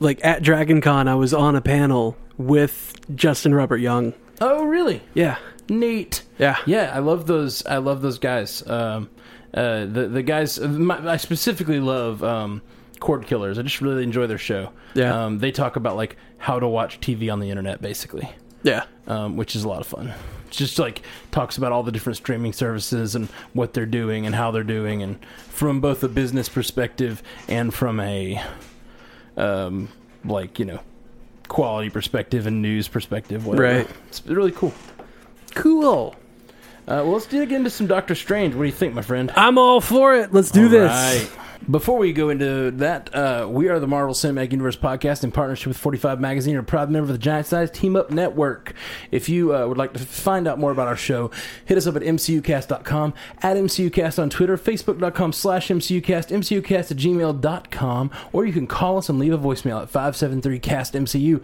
S1: like at DragonCon, I was on a panel with Justin Robert Young.
S2: Oh, really?
S1: Yeah.
S2: Neat.
S1: Yeah.
S2: Yeah, I love those. I love those guys. Um, uh, the the guys. My, I specifically love um, Cord Killers. I just really enjoy their show.
S1: Yeah.
S2: Um, they talk about like how to watch TV on the internet, basically,
S1: Yeah.
S2: um, which is a lot of fun. It's just like talks about all the different streaming services and what they're doing and how they're doing, and from both a business perspective and from a, um, like you know, quality perspective and news perspective. Whatever.
S1: Right.
S2: It's really cool.
S1: Cool.
S2: Uh, well, let's dig into some Doctor Strange. What do you think, my friend?
S1: I'm all for it. Let's do
S2: All
S1: this.
S2: right. Before we go into that, uh, we are the Marvel Cinematic Universe podcast in partnership with 45 Magazine, a proud member of the Giant Size Team Up Network. If you uh, would like to find out more about our show, hit us up at mcucast.com, at mcucast on Twitter, facebook.com slash mcucast, mcucast at gmail.com, or you can call us and leave a voicemail at 573-CAST-MCU.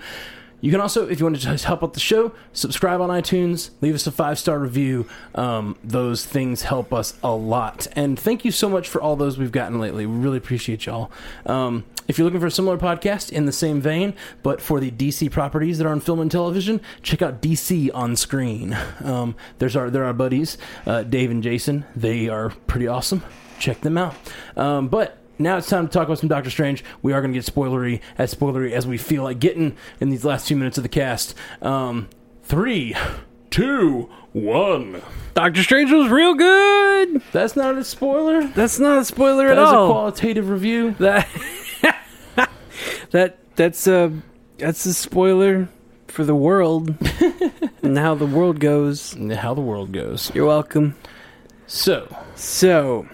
S2: You can also, if you want to just help out the show, subscribe on iTunes, leave us a five star review. Um, those things help us a lot. And thank you so much for all those we've gotten lately. We really appreciate y'all. Um, if you're looking for a similar podcast in the same vein, but for the DC properties that are on film and television, check out DC on Screen. Um, there's our there are buddies, uh, Dave and Jason. They are pretty awesome. Check them out. Um, but now it's time to talk about some Doctor Strange. We are going to get spoilery, as spoilery as we feel like getting in these last few minutes of the cast. Um, three, two, one.
S1: Doctor Strange was real good.
S2: That's not a spoiler. That
S1: That's not a spoiler at
S2: is a
S1: all.
S2: qualitative review.
S1: that that that's a that's a spoiler for the world and how the world goes.
S2: How the world goes.
S1: You're welcome.
S2: So,
S1: So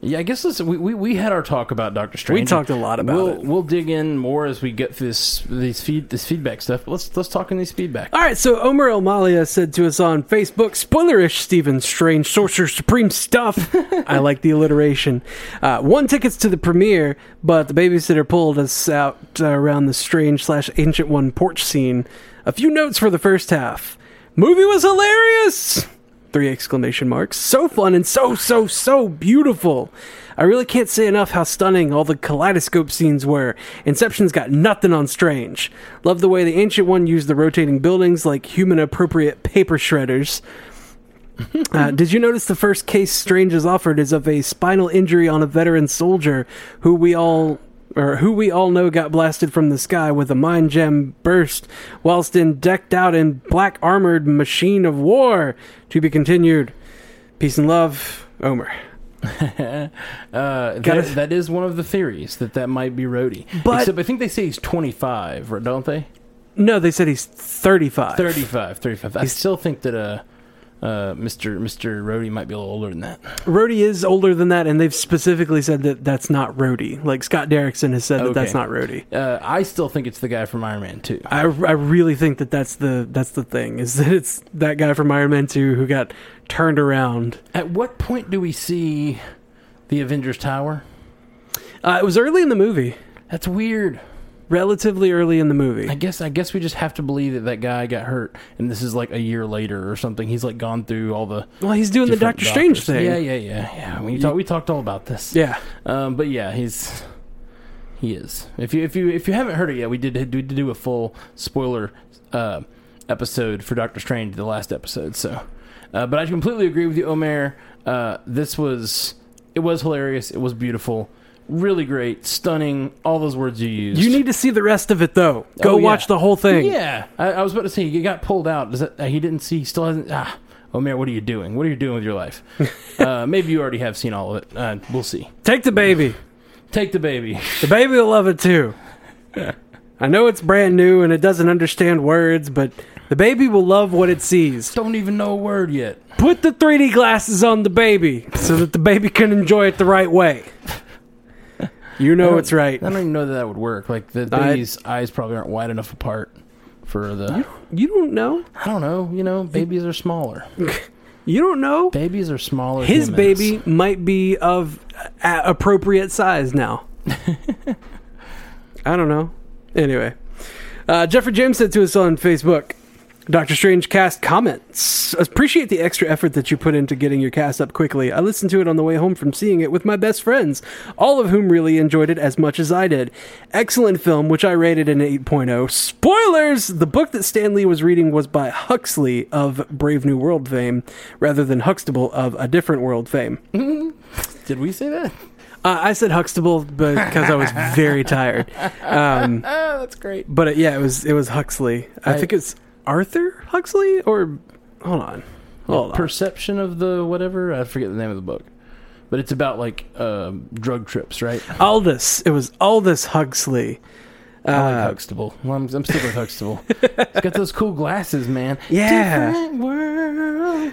S2: yeah, I guess listen, we, we, we had our talk about Doctor Strange.
S1: we talked a lot about
S2: we'll,
S1: it.
S2: We'll dig in more as we get through this these feed this feedback stuff. But let's let's talk in these feedback.
S1: All right, so Omer Elmalia said to us on Facebook, spoilerish Stephen Strange, Sorcerer Supreme stuff. I like the alliteration. Uh, won tickets to the premiere, but the babysitter pulled us out uh, around the strange slash ancient one porch scene. A few notes for the first half. Movie was hilarious! Three exclamation marks. So fun and so, so, so beautiful. I really can't say enough how stunning all the kaleidoscope scenes were. Inception's got nothing on Strange. Love the way the Ancient One used the rotating buildings like human appropriate paper shredders. Uh, did you notice the first case Strange is offered is of a spinal injury on a veteran soldier who we all or who we all know got blasted from the sky with a mind gem burst whilst in decked out in black armored machine of war to be continued. Peace and love, Omer.
S2: Uh,
S1: Gotta-
S2: that, that is one of the theories that that might be Rhodey.
S1: But-
S2: Except I think they say he's twenty five, don't they?
S1: No, they said he's 35.
S2: 35, 35. I still think that uh, uh, Mr. Mr. Rhodey might be a little older than that.
S1: Rhodey is older than that, and they've specifically said that that's not Rhodey. Like Scott Derrickson has said that that's
S2: Okay.
S1: not Rhodey.
S2: Uh, I still think it's the guy from Iron Man 2.
S1: I, I really think that that's the that's the thing is that it's that guy from Iron Man Two who got turned around.
S2: At what point do we see the Avengers Tower?
S1: Uh, it was early in the movie,
S2: That's weird.
S1: relatively early in the
S2: I
S1: movie.
S2: guess I guess we just have to believe that that guy got hurt, and this is like a year later or something. He's like gone through all the
S1: Well, he's doing the
S2: different
S1: Doctor Strange
S2: doctors.
S1: thing.
S2: Yeah, yeah, yeah, yeah. We talked we talked all about this.
S1: yeah.
S2: Um, but yeah, he's he is. If you if you if you haven't heard it yet, we did we did do a full spoiler uh, episode for Doctor Strange, the last episode. So, uh, but I completely agree with you, Omer. Uh, this was it was hilarious. It was beautiful, really great, stunning. All those words you used.
S1: You need to see the rest of it though. Go
S2: Oh, yeah.
S1: watch the whole thing.
S2: Yeah, I, I was about to say he got pulled out. Does that, uh, he didn't see? He still hasn't. Ah, Omer, what are you doing? What are you doing with your life? uh, maybe you already have seen all of it. Uh, we'll see.
S1: Take the baby.
S2: Take the baby.
S1: The baby will love it too. I know it's brand new and it doesn't understand words, but the baby will love what it sees.
S2: Don't even know a word yet.
S1: Put the 3D glasses on the baby so that the baby can enjoy it the right way. You know it's right.
S2: I don't even know that that would work. Like the
S1: I-
S2: baby's eyes probably aren't wide enough apart for the.
S1: You don't know.
S2: I don't know. You know, babies are smaller.
S1: You don't know.
S2: Babies are smaller.
S1: His
S2: humans.
S1: baby might be of a- appropriate size now. I don't know. Anyway, uh, Jeffrey James said to us on Facebook Doctor Strange cast comments. Appreciate the extra effort that you put into getting your cast up quickly. I listened to it on the way home from seeing it with my best friends, all of whom really enjoyed it as much as I did. Excellent film, which I rated an 8.0. Spoilers! The book that Stan Lee was reading was by Huxley of Brave New World fame, rather than Huxtable of A Different World fame.
S2: Did we say that?
S1: Uh, I said Huxtable because I was very tired. Um,
S2: Oh, that's great.
S1: but uh, yeah, it was it was Huxley. I,
S2: I-
S1: think it's Arthur Huxley or hold on, hold on.
S2: Perception of the whatever. I forget the name of the book, but it's about like um, drug trips, right?
S1: Uh, Aldous. It was Aldous Huxley.
S2: I like Huxtable. Well, I'm, I'm sticking with Huxtable. He's got those cool glasses, man.
S1: Yeah.
S2: Different world.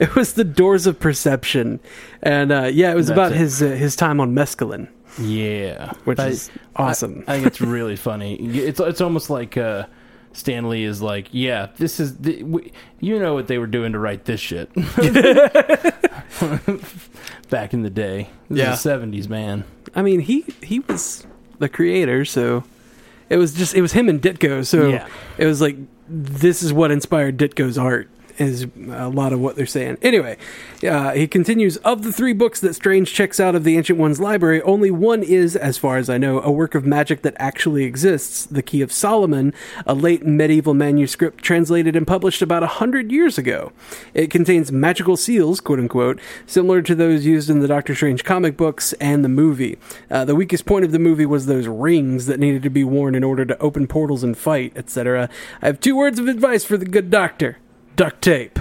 S1: It was the Doors of Perception, and uh, yeah, it was
S2: That's
S1: about
S2: it.
S1: his uh, his time on mescaline,
S2: Yeah,
S1: which
S2: I-
S1: is
S2: I-
S1: awesome.
S2: I, think it's really funny. It's it's almost like uh, Stanley is like, yeah, this is the, we, you know what they were doing to write this shit back in the day. This
S1: Yeah.
S2: is the '70s, man.
S1: I mean, he he was the creator, so it was just it was him and Ditko. So
S2: Yeah.
S1: it was like this is what inspired Ditko's art is a lot of what they're saying. Anyway, uh, he continues of the three books that Strange checks out of the Ancient One's library, only one is, as far as I know, a work of magic that actually exists, The Key of Solomon, a late medieval manuscript translated and published about a hundred years ago. It contains magical seals, quote unquote, similar to those used in the Doctor Strange comic books and the movie. Uh, the weakest point of the movie was those rings that needed to be worn in order to open portals and fight, etc. I have two words of advice for the good doctor: duct tape.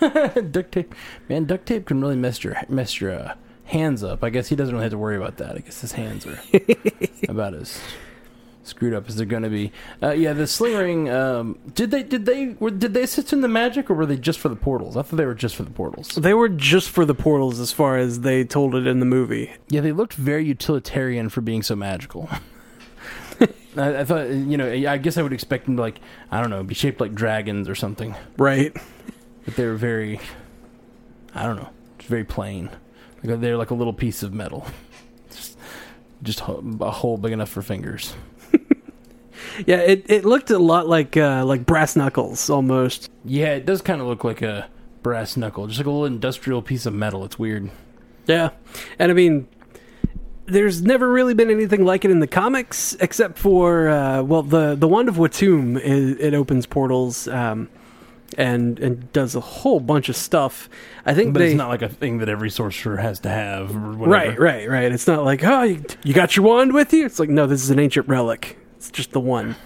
S2: duct tape, man. Duct tape can really mess your mess your uh, hands up. I guess he doesn't really have to worry about that. I guess his hands are about as screwed up as they're going to be. Uh, yeah, the sling ring. Um, did they did they were, did they assist in the magic or were they just for the portals? I thought they were just for the portals.
S1: They were just for the portals, as far as they told it in the movie.
S2: Yeah, they looked very utilitarian for being so magical. I, I thought, you know, I guess I would expect them to like, I don't know, be shaped like dragons or something.
S1: Right?
S2: But they were very, I don't know, just very plain. Like they're like a little piece of metal, just, just ho- a hole big enough for fingers.
S1: Yeah. It, it looked a lot like uh, like brass knuckles almost.
S2: Yeah, it does kind of look like a brass knuckle, just like a little industrial piece of metal. It's weird.
S1: Yeah. And I mean, there's never really been anything like it in the comics, except for uh, well, the the wand of Watum. It, it opens portals. Um, and and does a whole bunch of stuff. I think
S2: But
S1: they
S2: it's not like a thing that every sorcerer has to have. Or whatever.
S1: Right, right, right. It's not like, oh, you, you got your wand with you? It's like, no, this is an ancient relic. It's just the one.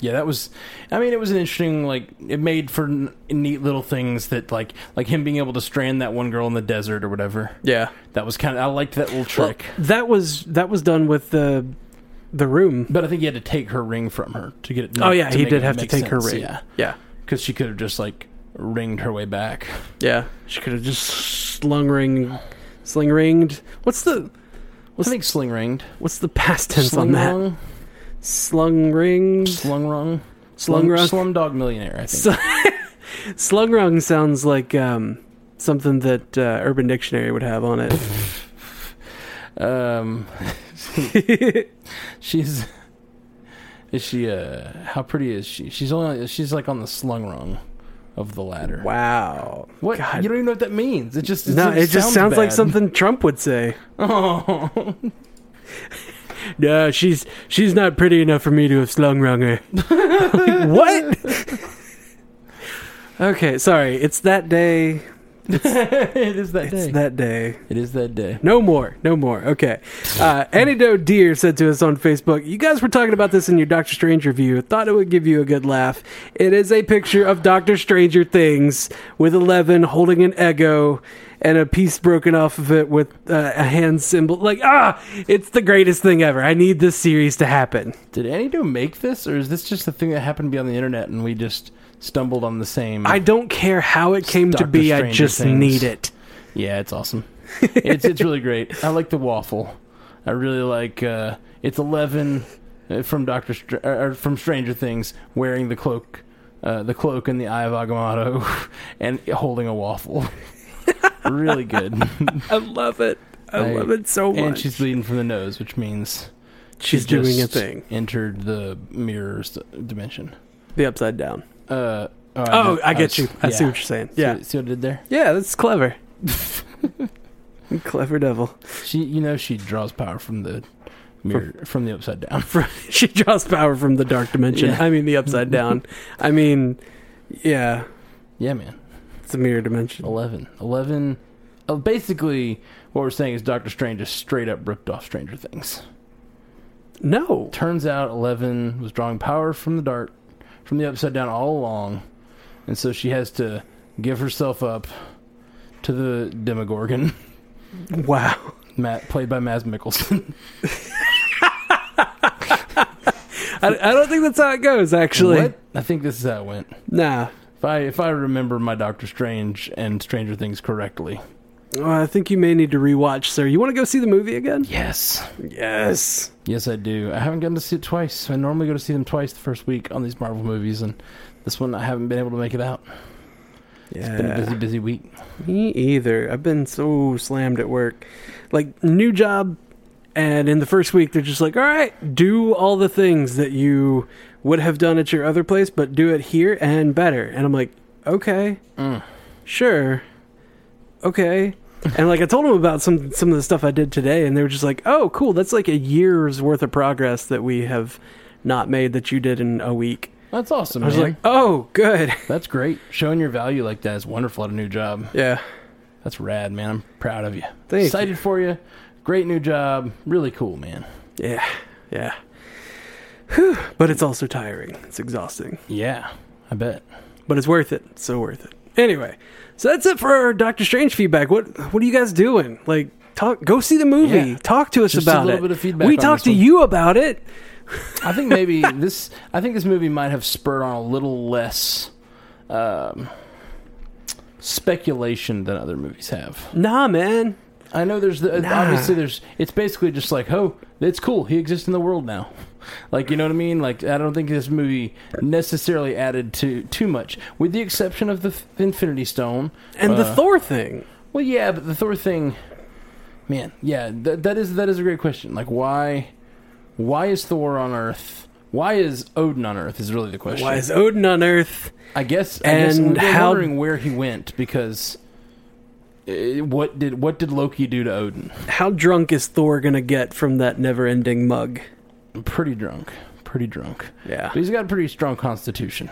S2: Yeah, that was. I mean, it was an interesting. Like, it made for n- neat little things that, like, like him being able to strand that one girl in the desert or whatever.
S1: Yeah.
S2: That was kind of. I liked that little trick.
S1: that was that was done with the the room.
S2: But I think he had to take her ring from her to get it.
S1: oh yeah,
S2: to
S1: he
S2: make
S1: did
S2: it
S1: have to
S2: make
S1: take her
S2: sense,
S1: ring.
S2: Yeah,
S1: yeah.
S2: because she could have just like ringed her way back.
S1: Yeah. She could have just slung ring sling ringed. What's the
S2: I think sling ringed.
S1: what's the past tense
S2: slung
S1: on that?
S2: rung,
S1: Slung ringed.
S2: slung rung,
S1: Slung rung.
S2: slum dog millionaire. I think.
S1: Sl- slung rung sounds like um something that uh, Urban Dictionary would have on it.
S2: um, she's is she? Uh, how pretty is she? She's only she's like on the slung rung of the ladder.
S1: wow.
S2: What?
S1: God.
S2: You don't even know what that means. It just it
S1: no, it just sounds like
S2: bad.
S1: something Trump would say.
S2: Oh,
S1: No, she's she's not pretty enough for me to have slung rung her. Like, what? okay, sorry. It's that day.
S2: it is that
S1: It's
S2: day.
S1: that day.
S2: it is that day.
S1: No more. No more. Okay. Uh, Antidote Deer said to us on Facebook, You guys were talking about this in your Doctor Strange review. Thought it would give you a good laugh. It is a picture of Doctor Stranger Things with Eleven holding an ego and a piece broken off of it with uh, a hand symbol. Like, ah, it's the greatest thing ever. I need this series to happen.
S2: Did Antidote make this, or is this just a thing that happened to be on the internet and we just stumbled on the same?
S1: I don't care how it came to
S2: Doctor
S1: be. I
S2: Stranger
S1: just
S2: Things.
S1: need it.
S2: yeah, it's awesome. it's it's really great. I like the waffle. I really like. Uh, it's Eleven uh, from Doctor Str- or from Stranger Things wearing the cloak, uh, the cloak and the Eye of Agamotto, and holding a waffle. really good.
S1: I love it. I,
S2: I-
S1: love it so much.
S2: and she's bleeding from the nose, which means
S1: she's
S2: she
S1: doing a
S2: just
S1: thing.
S2: Entered the mirror's dimension.
S1: The upside down.
S2: uh, Oh, I
S1: Oh,
S2: did-
S1: I get
S2: was-
S1: you. I see
S2: yeah.
S1: what you're saying.
S2: See
S1: Yeah,
S2: what- see what I did there?
S1: yeah, that's clever. clever devil.
S2: She, you know, she draws power from the mirror, from the upside down.
S1: she draws power from the dark dimension.
S2: Yeah.
S1: I mean, the upside down. I mean, yeah,
S2: yeah, man.
S1: it's a mirror dimension.
S2: 11. 11. Oh, basically, what we're saying is Doctor Strange just straight up ripped off Stranger Things.
S1: No,
S2: Turns out 11 was drawing power from the dark, from the upside down all along. And so she has to give herself up to the Demogorgon,
S1: wow.
S2: Matt, played by Maz Mickelson.
S1: I, I don't think that's how it goes. Actually,
S2: What? I think this is how it went.
S1: nah.
S2: If I, if I remember my Doctor Strange and Stranger Things correctly.
S1: Well, I think you may need to rewatch, sir. You want to go see the movie again?
S2: Yes.
S1: Yes.
S2: Yes, I do. I haven't gotten to see it twice. I normally go to see them twice the first week on these Marvel movies, and this one I haven't been able to make it out. It's been a busy,
S1: Yeah.
S2: busy week.
S1: Me either. I've been so slammed at work. Like new job and in the first week they're just like, "All right, do all the things that you would have done at your other place, but do it here and better." And I'm like, "Okay."
S2: Mm.
S1: sure okay and like i told them about some some of the stuff i did today and they were just like oh cool that's like a year's worth of progress that we have not made that you did in a week
S2: That's awesome,
S1: i was
S2: man.
S1: like oh good
S2: That's great. Showing your value like that is wonderful at a new job.
S1: yeah
S2: That's rad, man. I'm proud of you.
S1: Thank you.
S2: Excited for you. Great new job. Really cool, man.
S1: yeah yeah Whew. but it's also tiring it's exhausting
S2: Yeah, I bet.
S1: but it's worth it it's so worth it anyway so that's it for our doctor strange feedback what what are you guys doing like talk go see the movie
S2: Yeah.
S1: talk to us
S2: Just a
S1: about
S2: little
S1: it
S2: bit of feedback
S1: we
S2: on
S1: talked
S2: this
S1: to
S2: one.
S1: you about it
S2: I think maybe this. I think this movie might have spurred on a little less um, speculation than other movies have.
S1: nah man
S2: I know there's the uh,
S1: Nah.
S2: obviously there's it's basically just like oh it's cool he exists in the world now, like you know what I mean like I don't think this movie necessarily added to too much with the exception of the F- Infinity Stone
S1: and the
S2: Uh,
S1: thor thing
S2: Well, yeah, but the Thor thing, man, yeah that that is that is a great question like why why is Thor on Earth why is Odin on Earth is really the question
S1: Why is Odin on Earth?
S2: I guess I guess
S1: And
S2: we're
S1: how-
S2: wondering where he went because. uh, What did what did Loki do to Odin?
S1: How drunk is Thor gonna get from that never-ending mug?
S2: Pretty drunk, pretty drunk.
S1: Yeah,
S2: But he's got a pretty strong constitution.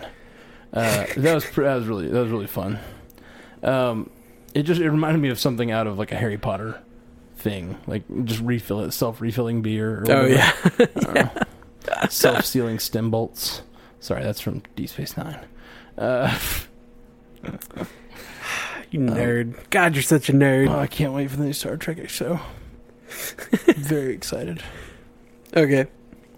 S2: Uh, that was pre- that was really that was really fun. Um, it just it reminded me of something out of like a Harry Potter thing, like just refill it, self refilling beer. Or
S1: Oh, yeah.
S2: self sealing stem bolts. Sorry, that's from D Space Nine. Uh,
S1: you nerd. God, you're such a nerd.
S2: oh, I can't wait for the new Star Trek show. Very excited.
S1: okay,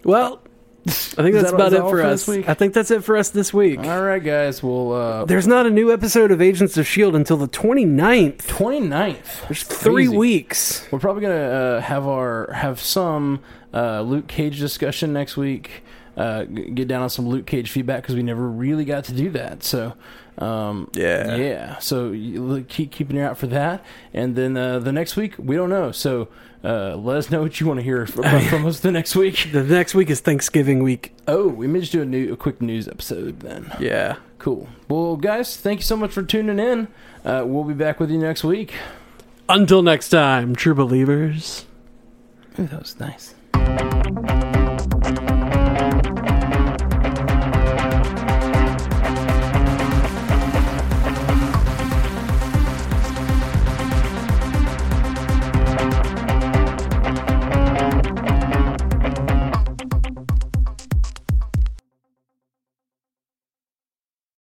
S1: well, I think
S2: Is
S1: that's
S2: that-
S1: about
S2: is that
S1: it
S2: all
S1: for
S2: for
S1: us.
S2: this week?
S1: I think that's it for us this week.
S2: All right, guys. Well, uh,
S1: There's not a new episode of Agents of Shield E until the 29th.
S2: 29th.
S1: There's three
S2: Crazy.
S1: weeks.
S2: We're probably gonna uh, have our have some uh, Luke Cage discussion next week. Uh, g- get down on some Luke Cage feedback because we never really got to do that. So um,
S1: Yeah.
S2: yeah. So you look- keep keep an ear out for that. And then uh, the next week we don't know. So uh, let us know what you want to hear from, from us the next week.
S1: The next week is Thanksgiving week.
S2: Oh, we may just do a new a quick news episode then.
S1: Yeah.
S2: Cool. Well, guys, thank you so much for tuning in. Uh, we'll be back with you next week.
S1: Until next time, true believers.
S2: Ooh, that was nice.